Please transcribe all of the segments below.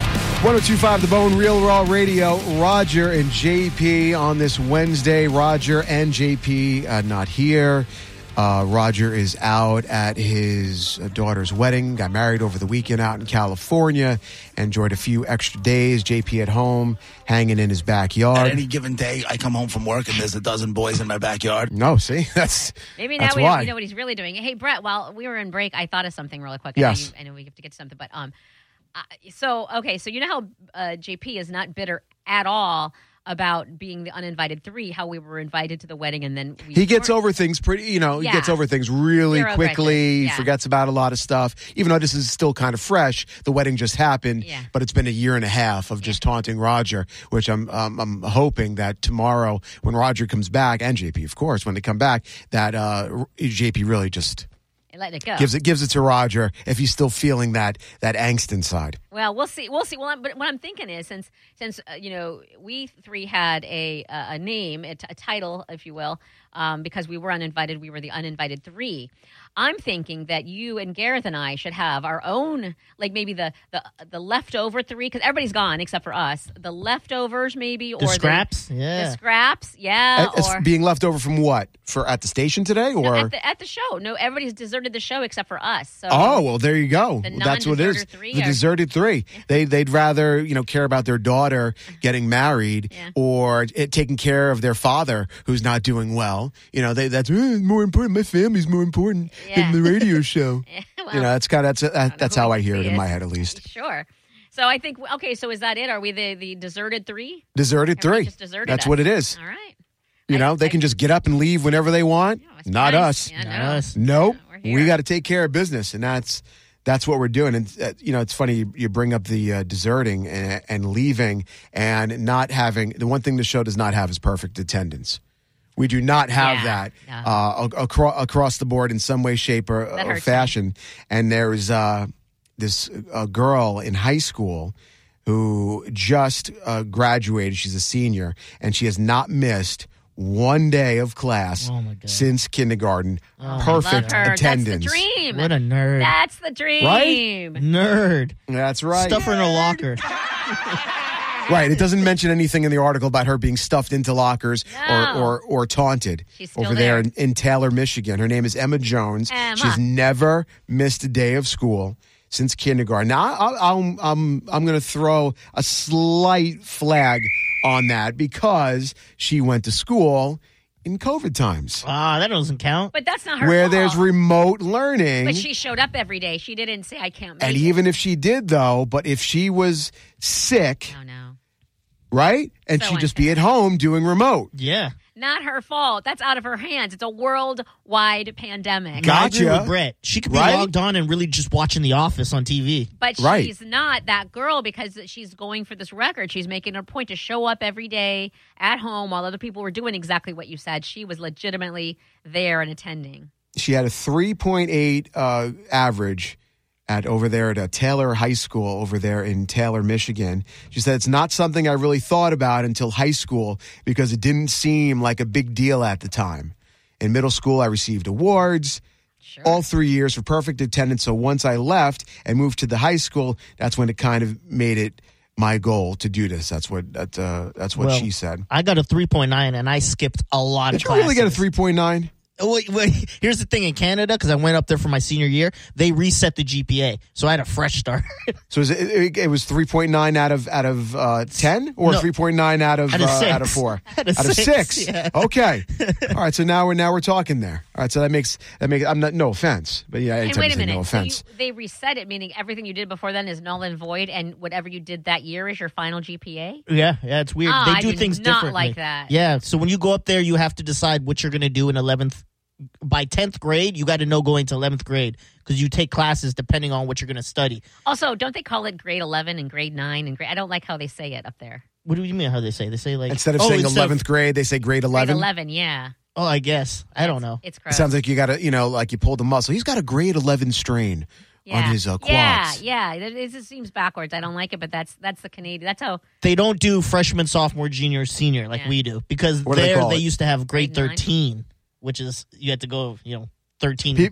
1025 The Bone Real Raw Radio. Roger and JP on this Wednesday. Roger and JP uh, not here. Uh, Roger is out at his uh, daughter's wedding, got married over the weekend out in California, enjoyed a few extra days. JP at home, hanging in his At backyard. any given day, I come home from work and there's a dozen boys in my backyard. no, see, that's Maybe now that's we, why. we know what he's really doing. Hey, Brett, while we were in break, I thought of something really quick. Yes. I know, you, I know we have to get to something, but um, uh, so okay, so you know how uh, JP is not bitter at all about being the uninvited three. How we were invited to the wedding and then we he gets weren't. over things pretty you know Yeah. he gets over things really Zero quickly aggression. Yeah. forgets about a lot of stuff even though this is still kind of fresh the wedding just happened Yeah. but it's been a year and a half of just taunting roger which i'm um, i'm hoping that tomorrow when roger comes back and jp of course when they come back that uh R- jp really just and letting it go. gives it gives it to roger if he's still feeling that that angst inside Well, we'll see. We'll see. Well, I'm- but what I'm thinking is since since uh, you know we three had a uh, a name, a, t- a title, if you will, um, because we were uninvited. We were the uninvited three. I'm thinking that you and Gareth and I should have our own, like maybe the the the leftover three, because everybody's gone except for us. The leftovers, maybe, or The scraps? The, yeah. scraps, yeah, As- Uh, or being left over from what for at the station today or at the at the show. No, everybody's deserted the show except for us. So Oh well, there you go. The That's what it is. non-deserter three the are- deserted three. They they'd rather you know care about their daughter getting married Mm-hmm. Yeah. or it, taking care of their father who's not doing well. You know they, that's "Eh, more important. My family's more important Yeah. than the radio show. well, you know that's kind of that's that, that's who how we I hear it see in it. my head at least. Sure. So I think okay. So is that it? Are we the the deserted three? Deserted Everybody three. just deserted that's us. what it is. All right. You I- know they I- can just get up and leave whenever they want. No, it's not nice. us. Yeah, Not no. us. Nope. We're here. We got to take care of business, and that's that's what we're doing. And uh, you know, it's funny you, you bring up the uh, deserting and, and leaving, and not having the one thing the show does not have is perfect attendance. We do not have Yeah, that no. uh, ac- acro- across the board in some way, shape, or, That or hurts me. fashion. And there is uh, this uh, girl in high school who just uh, graduated. She's a senior, and she has not missed one day of class Oh, my God. since kindergarten. Love Perfect her. attendance. That's the dream. What a nerd. That's the dream. Nerd. That's right. Stuff her in a locker. Right. It doesn't mention anything in the article about her being stuffed into lockers No. or, or, or taunted She's still over there, there. in, in Taylor, Michigan. Her name is Emma Jones. Emma. She's never missed a day of school since kindergarten. Now, I, I, I'm, I'm, I'm going to throw a slight flag on that because she went to school in COVID times Ah, that doesn't count. But that's not her. where fault. there's remote learning. But she showed up every day. She didn't say I can't. Make and it." even if she did, though, but if she was sick, Oh no, right? And So she'd just be unfair. at home doing remote. Yeah. not her fault. That's out of her hands. It's a worldwide pandemic. God. I agree Gotcha. with Brett. She could be Right? logged on and really just watching The Office on TV. But she's Right. not that girl because she's going for this record. She's making a point to show up every day at home while other people were doing exactly what you said. She was legitimately there and attending. She had a 3.8 uh, average at over there at uh, Taylor High School over there in Taylor, Michigan. She said it's not something I really thought about until high school because it didn't seem like a big deal at the time. In middle school, I received awards. Sure. all three years for perfect attendance. So once I left and moved to the high school, that's when it kind of made it my goal to do this. That's what that, uh, that's what Well, she said. I got a 3.9 and I skipped a lot Did of you classes. really get a three point nine? Oh, wait, wait. Here's the thing in Canada, because I went up there for my senior year, they reset the GPA. So I had a fresh start. So is it, it, it was three point nine out of out of uh, ten or No. three point nine out of Out of uh, six. out of four Out of six, yeah. Okay, all right. So now we're now we're talking there. All right. So that makes that makes I'm not no offense, but yeah, And anytime wait you a say minute. no so you- offense. they reset it, meaning everything you did before then is null and void, and whatever you did that year is your final GPA. yeah, yeah, it's weird. Ah, they I do did things not differently. like that. Yeah, so when you go up there, you have to decide what you're going to do in 11th. By 10th grade, you got to know going to 11th grade because you take classes depending on what you're going to study. Also, don't they call it grade eleven and grade nine and grade? I don't like how they say it up there. What do you mean how they say? They say like. instead of oh, saying instead eleventh grade, they say grade Grade eleven. eleven, yeah. oh, I guess. I don't know. It's It gross. sounds like you got to, you know, like you pulled a muscle. He's got a grade 11 strain yeah. on his uh, quads. Yeah, yeah. It, it just seems backwards. I don't like it, but that's that's the Canadian. That's how They don't do freshman, sophomore, junior, senior like Yeah. we do because What do they there call they it? used to have grade Grade nine? 13, which is you had to go, you know, 13. Pe-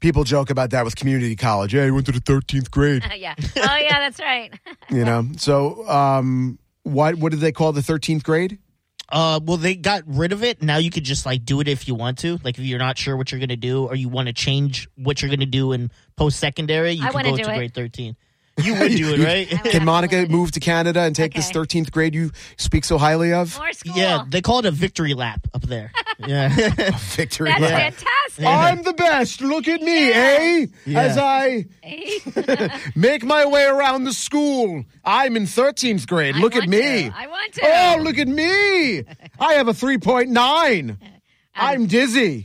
people joke about that with community college. Yeah, he went to the 13th grade, yeah. Oh yeah, that's right. you know? So, um, what, what did they call the 13th grade? Uh, well, they got rid of it. Now you could just like do it if you want to. Like if you're not sure what you're gonna do, or you want to change what you're gonna do in post secondary, you I can wanna go do to it. grade thirteen. You would do it, right? would- Can Monica move to Canada and take this Okay. 13th grade you speak so highly of? More school. yeah, they call it a victory lap up there. Yeah, Victory that's lap. fantastic. I'm the best. Look at me, eh? As I make my way around the school. I'm in 13th grade. I Look at want me. to. I want to. Oh, look at me. I have a 3.9. Um, I'm dizzy.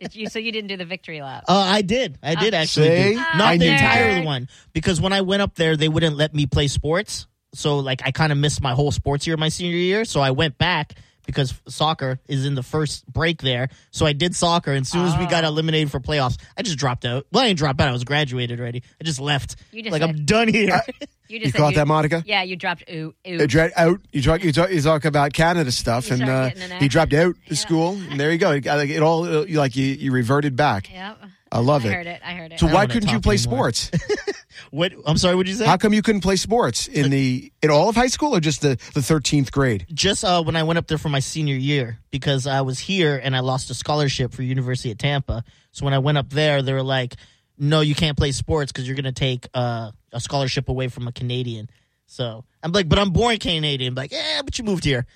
Did you, so you didn't do the victory lap. Oh, uh, I did. I did actually. See? do- I Not the knew entire that. one because when I went up there, they wouldn't let me play sports. So like I kind of missed my whole sports year my senior year. So I went back because soccer is in the first break there. So I did soccer. And as soon as we Oh. got eliminated for playoffs, I just dropped out. Well, I didn't drop out. I was graduated already. I just left. You just like said- I'm done here. You You just said caught you- that, Monica? Yeah, you dropped ooh ooh. They dra- out. You talk, you talk. You talk about Canada stuff, You and start uh, getting an he act. dropped out of school, and there you go. It, like, it all uh, you- like you, you reverted back. Yep. I love I it. heard it. I heard it. So I don't why wanna couldn't you talk play anymore. sports? what? I'm sorry. What did you say? How come you couldn't play sports in the in all of high school or just the the thirteenth grade? just uh, when I went up there for my senior year because I was here and I lost a scholarship for University of Tampa. So when I went up there, they were like, "No, you can't play sports because you're going to take uh, a scholarship away from a Canadian." So I'm like, "But I'm born Canadian." Like, yeah, but you moved here,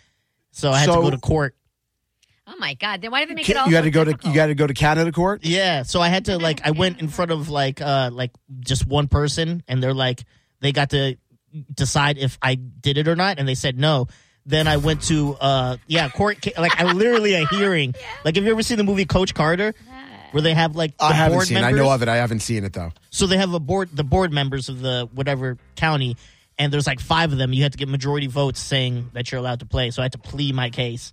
so I had So- to go to court. oh my god! Then why did they make it all? You had so to go to you difficult? got to go to Canada court. Yeah, so I had to like I went in front of like uh like just one person and they're like they got to decide if I did it or not and they said no. Then I went to uh yeah, court ca- like I literally a hearing. Like have you ever seen the movie Coach Carter where they have like the I haven't board seen. members? it. I know of it. I haven't seen it though. So they have a board, the board members of the whatever county, and there's like five of them. You have to get majority votes saying that you're allowed to play. So I had to plead my case,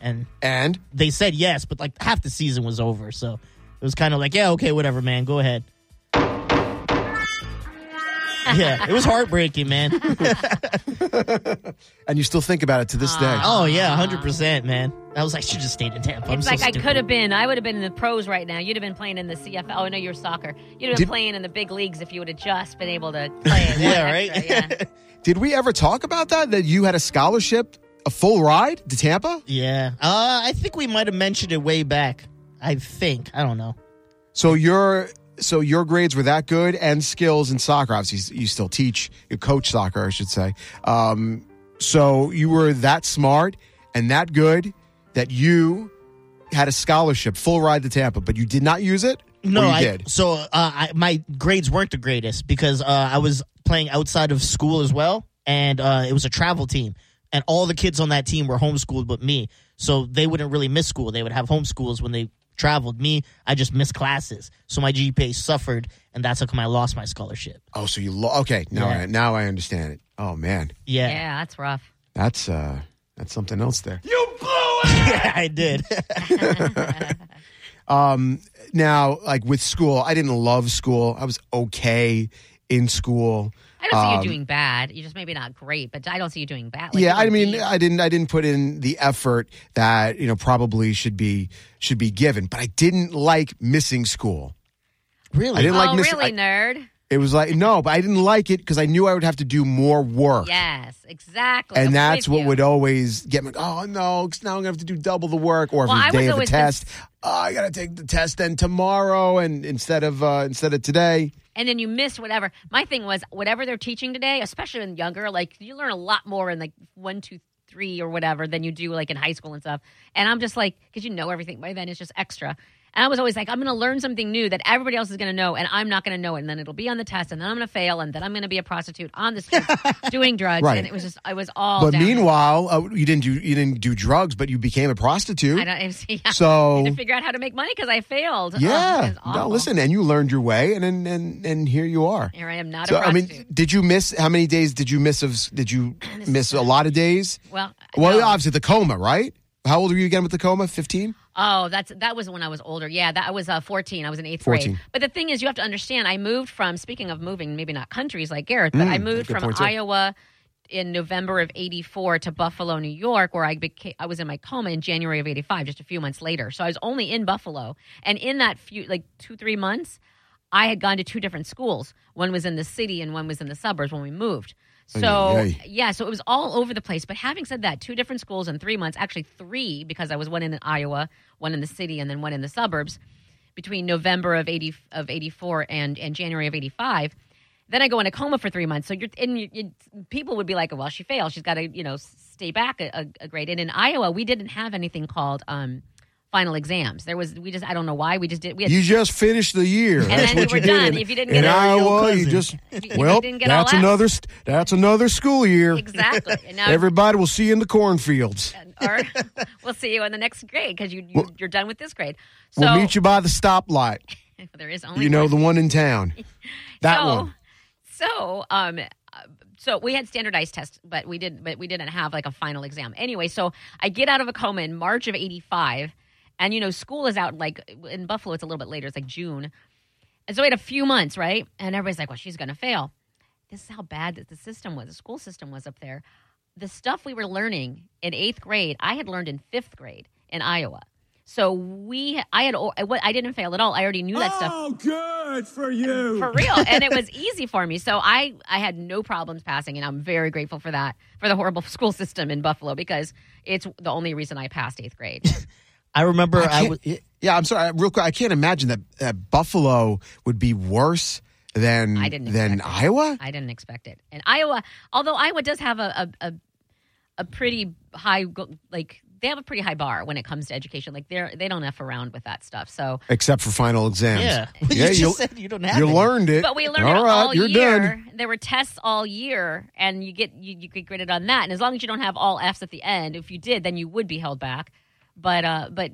and And they said yes, but like half the season was over, so it was kind of like, yeah, okay, whatever, man, go ahead. yeah, it was heartbreaking, man. and you still think about it to this day. Ah. Oh yeah, hundred percent, man. I was like, should just stayed in Tampa. I'm It's so like I stupid. could have been. I would have been in the pros right now. You'd have been playing in the CFL. Oh no, you're soccer. You'd have been Did- playing in the big leagues if you would have just been able to play. one Yeah, right? extra, yeah. Did we ever talk about that? That you had a scholarship, a full ride to Tampa. Yeah, uh, I think we might have mentioned it way back. I think I don't know. So your so your grades were that good, and skills in soccer. Obviously, you still teach, you coach soccer, I should say. Um, so you were that smart and that good that you had a scholarship, full ride to Tampa, but you did not use it. Or No, you I did. so uh, I, my grades weren't the greatest because uh, I was playing outside of school as well, and uh, it was a travel team, and all the kids on that team were homeschooled but me, so they wouldn't really miss school. They would have homeschools when they traveled. Me, I just missed classes, so my GPA suffered, and that's how come I lost my scholarship. Oh, so you lo- okay? Now Yeah. I, now I understand it. Oh man, Yeah, yeah, yeah, that's rough. that's uh that's something else there. I did. Now, like with school, I didn't love school. I was okay in school. I don't see you doing bad. You're just maybe not great, but I don't see you doing bad. Um, Like, yeah, you I mean, beat- I didn't, I didn't put in the effort that you know probably should be should be given. But I didn't like missing school. really? I didn't like oh missing. really, I- nerd? it was like no, but I didn't like it because I knew I would have to do more work. Yes, exactly. I'm And that's with what you. would always get me. Oh no! 'cause now I'm gonna have to do double the work, or Well, I every was day of a always the- test, oh, I gotta take the test then tomorrow, and instead of uh, instead of today. and then you miss whatever. My thing was whatever they're teaching today, especially in younger, like you learn a lot more in like one, two, three, or whatever than you do like in high school and stuff. And I'm just like, because you know everything by then, it's just extra. And I was always like, I'm going to learn something new that everybody else is going to know, and I'm not going to know it. And then it'll be on the test, and then I'm going to fail, and then I'm going to be a prostitute on the street doing drugs. Right. And it was just, I was all. But down. meanwhile, uh, you didn't do you didn't do drugs, but you became a prostitute. I don't. It was, yeah. So- I had to figure out how to make money because I failed. Oh, it Yeah. was no, awful. listen, and you learned your way, and and and, and here you are. Here I am, not So a I prostitute. mean, did you miss how many days did you miss of did you miss a lot of days? well, Well, no. obviously the coma, right? How old were you again with the coma? Fifteen. Oh, that's that was when I was older. Yeah, that I was uh, 14. I was in eighth 14. grade. But the thing is, you have to understand. I moved from. Speaking of moving, maybe not countries like Gareth, but I moved Mm, good from point, too. Iowa in November of 84 to Buffalo, New York, where I became, I was in my coma in January of 85, just a few months later. So I was only in Buffalo. And in that few, like two, three months, I had gone to two different schools. One was in the city and one was in the suburbs when we moved. So, Ay, ay, ay. yeah, so it was all over the place. But having said that, two different schools in three months, actually three, because I was one in Iowa, one in the city, and then one in the suburbs between November of 80, of 84 and, and January of 85. Then I go in a coma for three months. So you're, and you, you, people would be like, well, she failed. She's got to, you know, stay back a, a, a grade. And in Iowa, we didn't have anything called um, final exams. There was, we just, I don't know why, we just did. We had You just finished the year. that's then what you you were done did. in- if you didn't in get a real Iowa, you cousin. just If you- if you well, didn't get all that's that. another st- that's another school year. exactly. And now, Everybody will see you in the cornfields. or we'll see you in the next grade because you, you you're done with this grade. So we'll meet you by the stoplight. there is only You know one. the one in town. That so, one. So um. uh, So we had standardized tests, but we didn't. But we didn't have like a final exam. Anyway, so I get out of a coma in March of '85, and you know school is out like in Buffalo. It's a little bit later. It's like June, and so we had a few months, right? And everybody's like, "Well, she's going to fail." This is how bad that the system was. The school system was up there. The stuff we were learning in eighth grade, I had learned in fifth grade in Iowa. So we, I had, I didn't fail at all. I already knew that stuff Oh, good for you. for real and it was easy for me so i i had no problems passing and i'm very grateful for that for the horrible school system in buffalo because it's the only reason i passed eighth grade I remember I I, can't- was y- yeah, I'm sorry. Real quick, I can't imagine that, that Buffalo would be worse than I didn't than expect Iowa. i didn't expect it and iowa although iowa does have a a, a, a pretty high go- like they have a pretty high bar when it comes to education like they're they don't f around with that stuff so Except for final exams. yeah. You yeah. just You, said you don't have you any. learned it. But we learned all it right, all you're year. done. There were tests all year, and you get you, you get graded on that. And as long as you don't have all Fs at the end, if you did, then you would be held back. But uh, but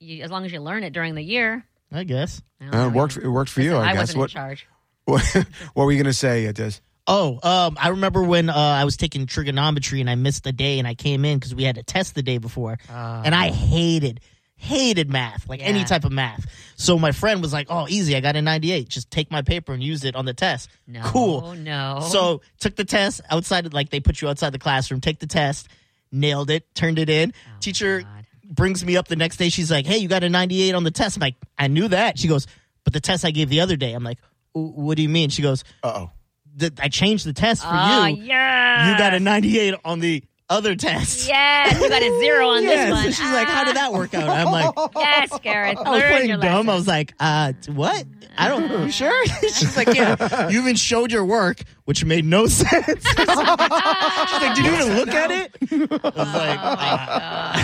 you, as long as you learn it during the year, I guess. I don't Uh, know, it you worked. know. It worked for you, Listen, I, I guess. wasn't What, in charge. what What were you going to say, Des? Oh, um, I remember when uh, I was taking trigonometry and I missed a day and I came in because we had a test the day before. and I hated, hated math, like Ah. any Yeah. type of math. So my friend was like, oh, easy. I got a 98. Just take my paper and use it on the test. No, Cool. No. So took the test outside, like they put you outside the classroom, take the test, nailed it, turned it in. Oh Teacher God. brings me up the next day. She's like, hey, you got a 98 on the test. I'm like, I knew that. She goes, but the test I gave the other day. I'm like, "W- what do you mean? She goes, Uh oh. "Th- I changed the test for oh, you. yeah, You got a 98 on the other test. yes, you got a zero on Yeah, this one. Ah, so she's like, how did that work out? I'm like, Yes, Garrett. I was learn playing your dumb. I lesson. was like, uh, t- what? I don't know. Sure. She's like, yeah, you even showed your work, which made no sense. She's like, did you even look at it? I Oh, was like,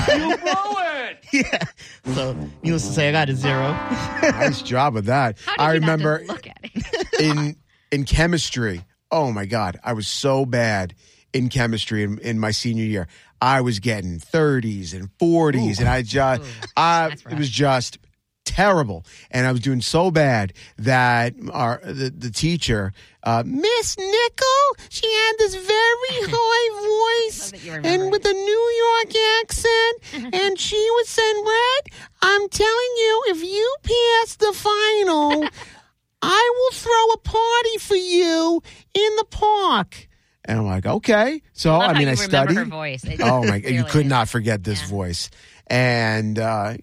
uh, you blew it. yeah. So, needless to say, I got a zero. nice job with that. How did I you not remember just look at it. in in chemistry. Oh my god, I was so bad in chemistry in, in my senior year. I was getting 30s and 40s and I just Ooh. I That's rough. it was just terrible and I was doing so bad that our the, the teacher uh, Miss Nickel she had this very high voice that you remember and with a New York accent and she would say Brett I'm telling you if you pass the final I will throw a party for you in the park. And I'm like, okay. So Love Oh, I how mean, I you remember studied. her voice. It- Oh my! You clearly could is. not forget this Yeah. voice. And uh,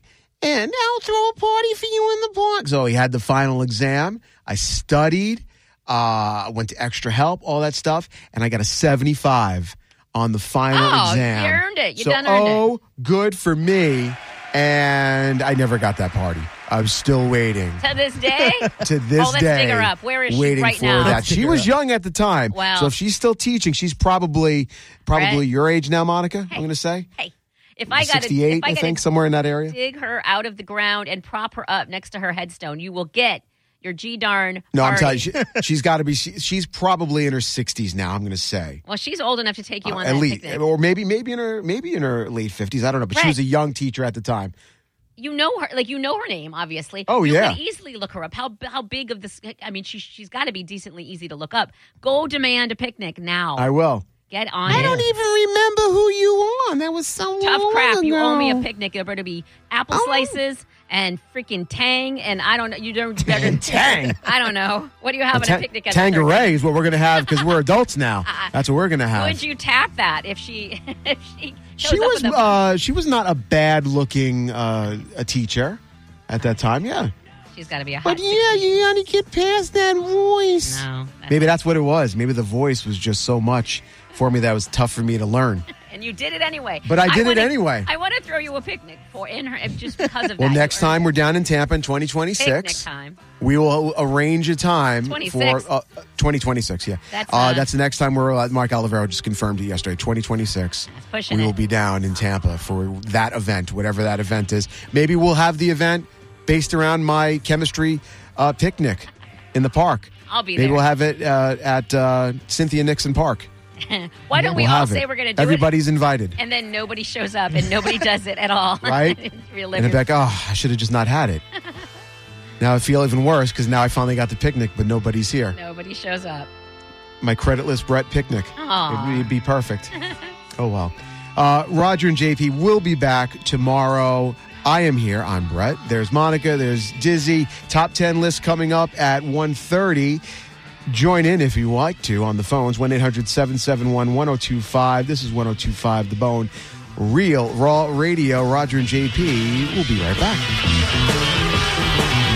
and I'll throw a party for you in the park. So he had the final exam. I studied. Uh, went to extra help, all that stuff, and I got a 75 on the final Oh, you exam. earned it. You so, done earned it. oh, good for me. And I never got that party. I'm still waiting to this day. to this oh, let's day. dig her up. Where is she waiting right for now? That. Let's dig She her was up. young at the time. Wow. So if she's still teaching, she's probably probably Brett? your age now, Monica. I'm Hey. going to say hey, if I got 68, if I, I gotta think, somewhere in that area. dig her out of the ground and prop her up next to her headstone, you will get your g darn. No, I'm party. telling you, she, she's got to be. She, she's probably in her 60s now. I'm going to say. Well, she's old enough to take you on Uh, at that least, picnic. or maybe, maybe in her, maybe in her late fifties. I don't know, but she Brett. was a young teacher at the time. You know her, like you know her name, obviously. Oh, you yeah. could easily look her up. How how big of this? I mean, she she's got to be decently easy to look up. Go demand a picnic now. I will. Get on I it. don't even remember who you on. That was someone. Tough long crap. You owe me a ago. picnic. It better be apple Oh. slices and freaking tang. And I don't know. You don't better. Tang. I don't know. What do you have at a Ta- picnic? At the Tangeray is what we're gonna have because we're adults now. That's what we're gonna have. Would you tap that if she if she shows she up was with a, uh, she was not a bad looking uh, a teacher at that time. Yeah, she's got to be a hot but yeah, you gotta get past that voice. no Maybe that's what it was. Maybe the voice was just so much for me that it was tough for me to learn. and you did it anyway But I did it wanna- anyway. I want to throw you a picnic for in her just because of that Well, You next earned time we're down in Tampa in it. 2026. picnic time We will arrange a time 26. for uh, 2026. Yeah, That's, uh, uh, that's the next time we're. Uh, Mark Olivero just confirmed it yesterday. 2026. That's pushing we will it. be down in Tampa for that event, whatever that event is. Maybe we'll have the event based around my chemistry uh, picnic in the park. I'll be Maybe there. we'll have it uh, at uh, Cynthia Nixon Park. why don't we We'll all have say it. we're going to do it Everybody's invited, and then nobody shows up and nobody does it at all right? Real and they're like, oh, I should have just not had it. now I feel even worse because now I finally got the picnic, but nobody's here. nobody shows up my creditless Brett picnic. Aw. It, would be perfect. oh well. Uh, Roger and JP will be back tomorrow. I am here. I'm Brett. There's Monica. There's Dizzy. Top ten list coming up at 1.30. Join in if you like to on the phones 1 800 771 1025. This is 1025 The Bone. Real Raw Radio. Roger and JP will be right back.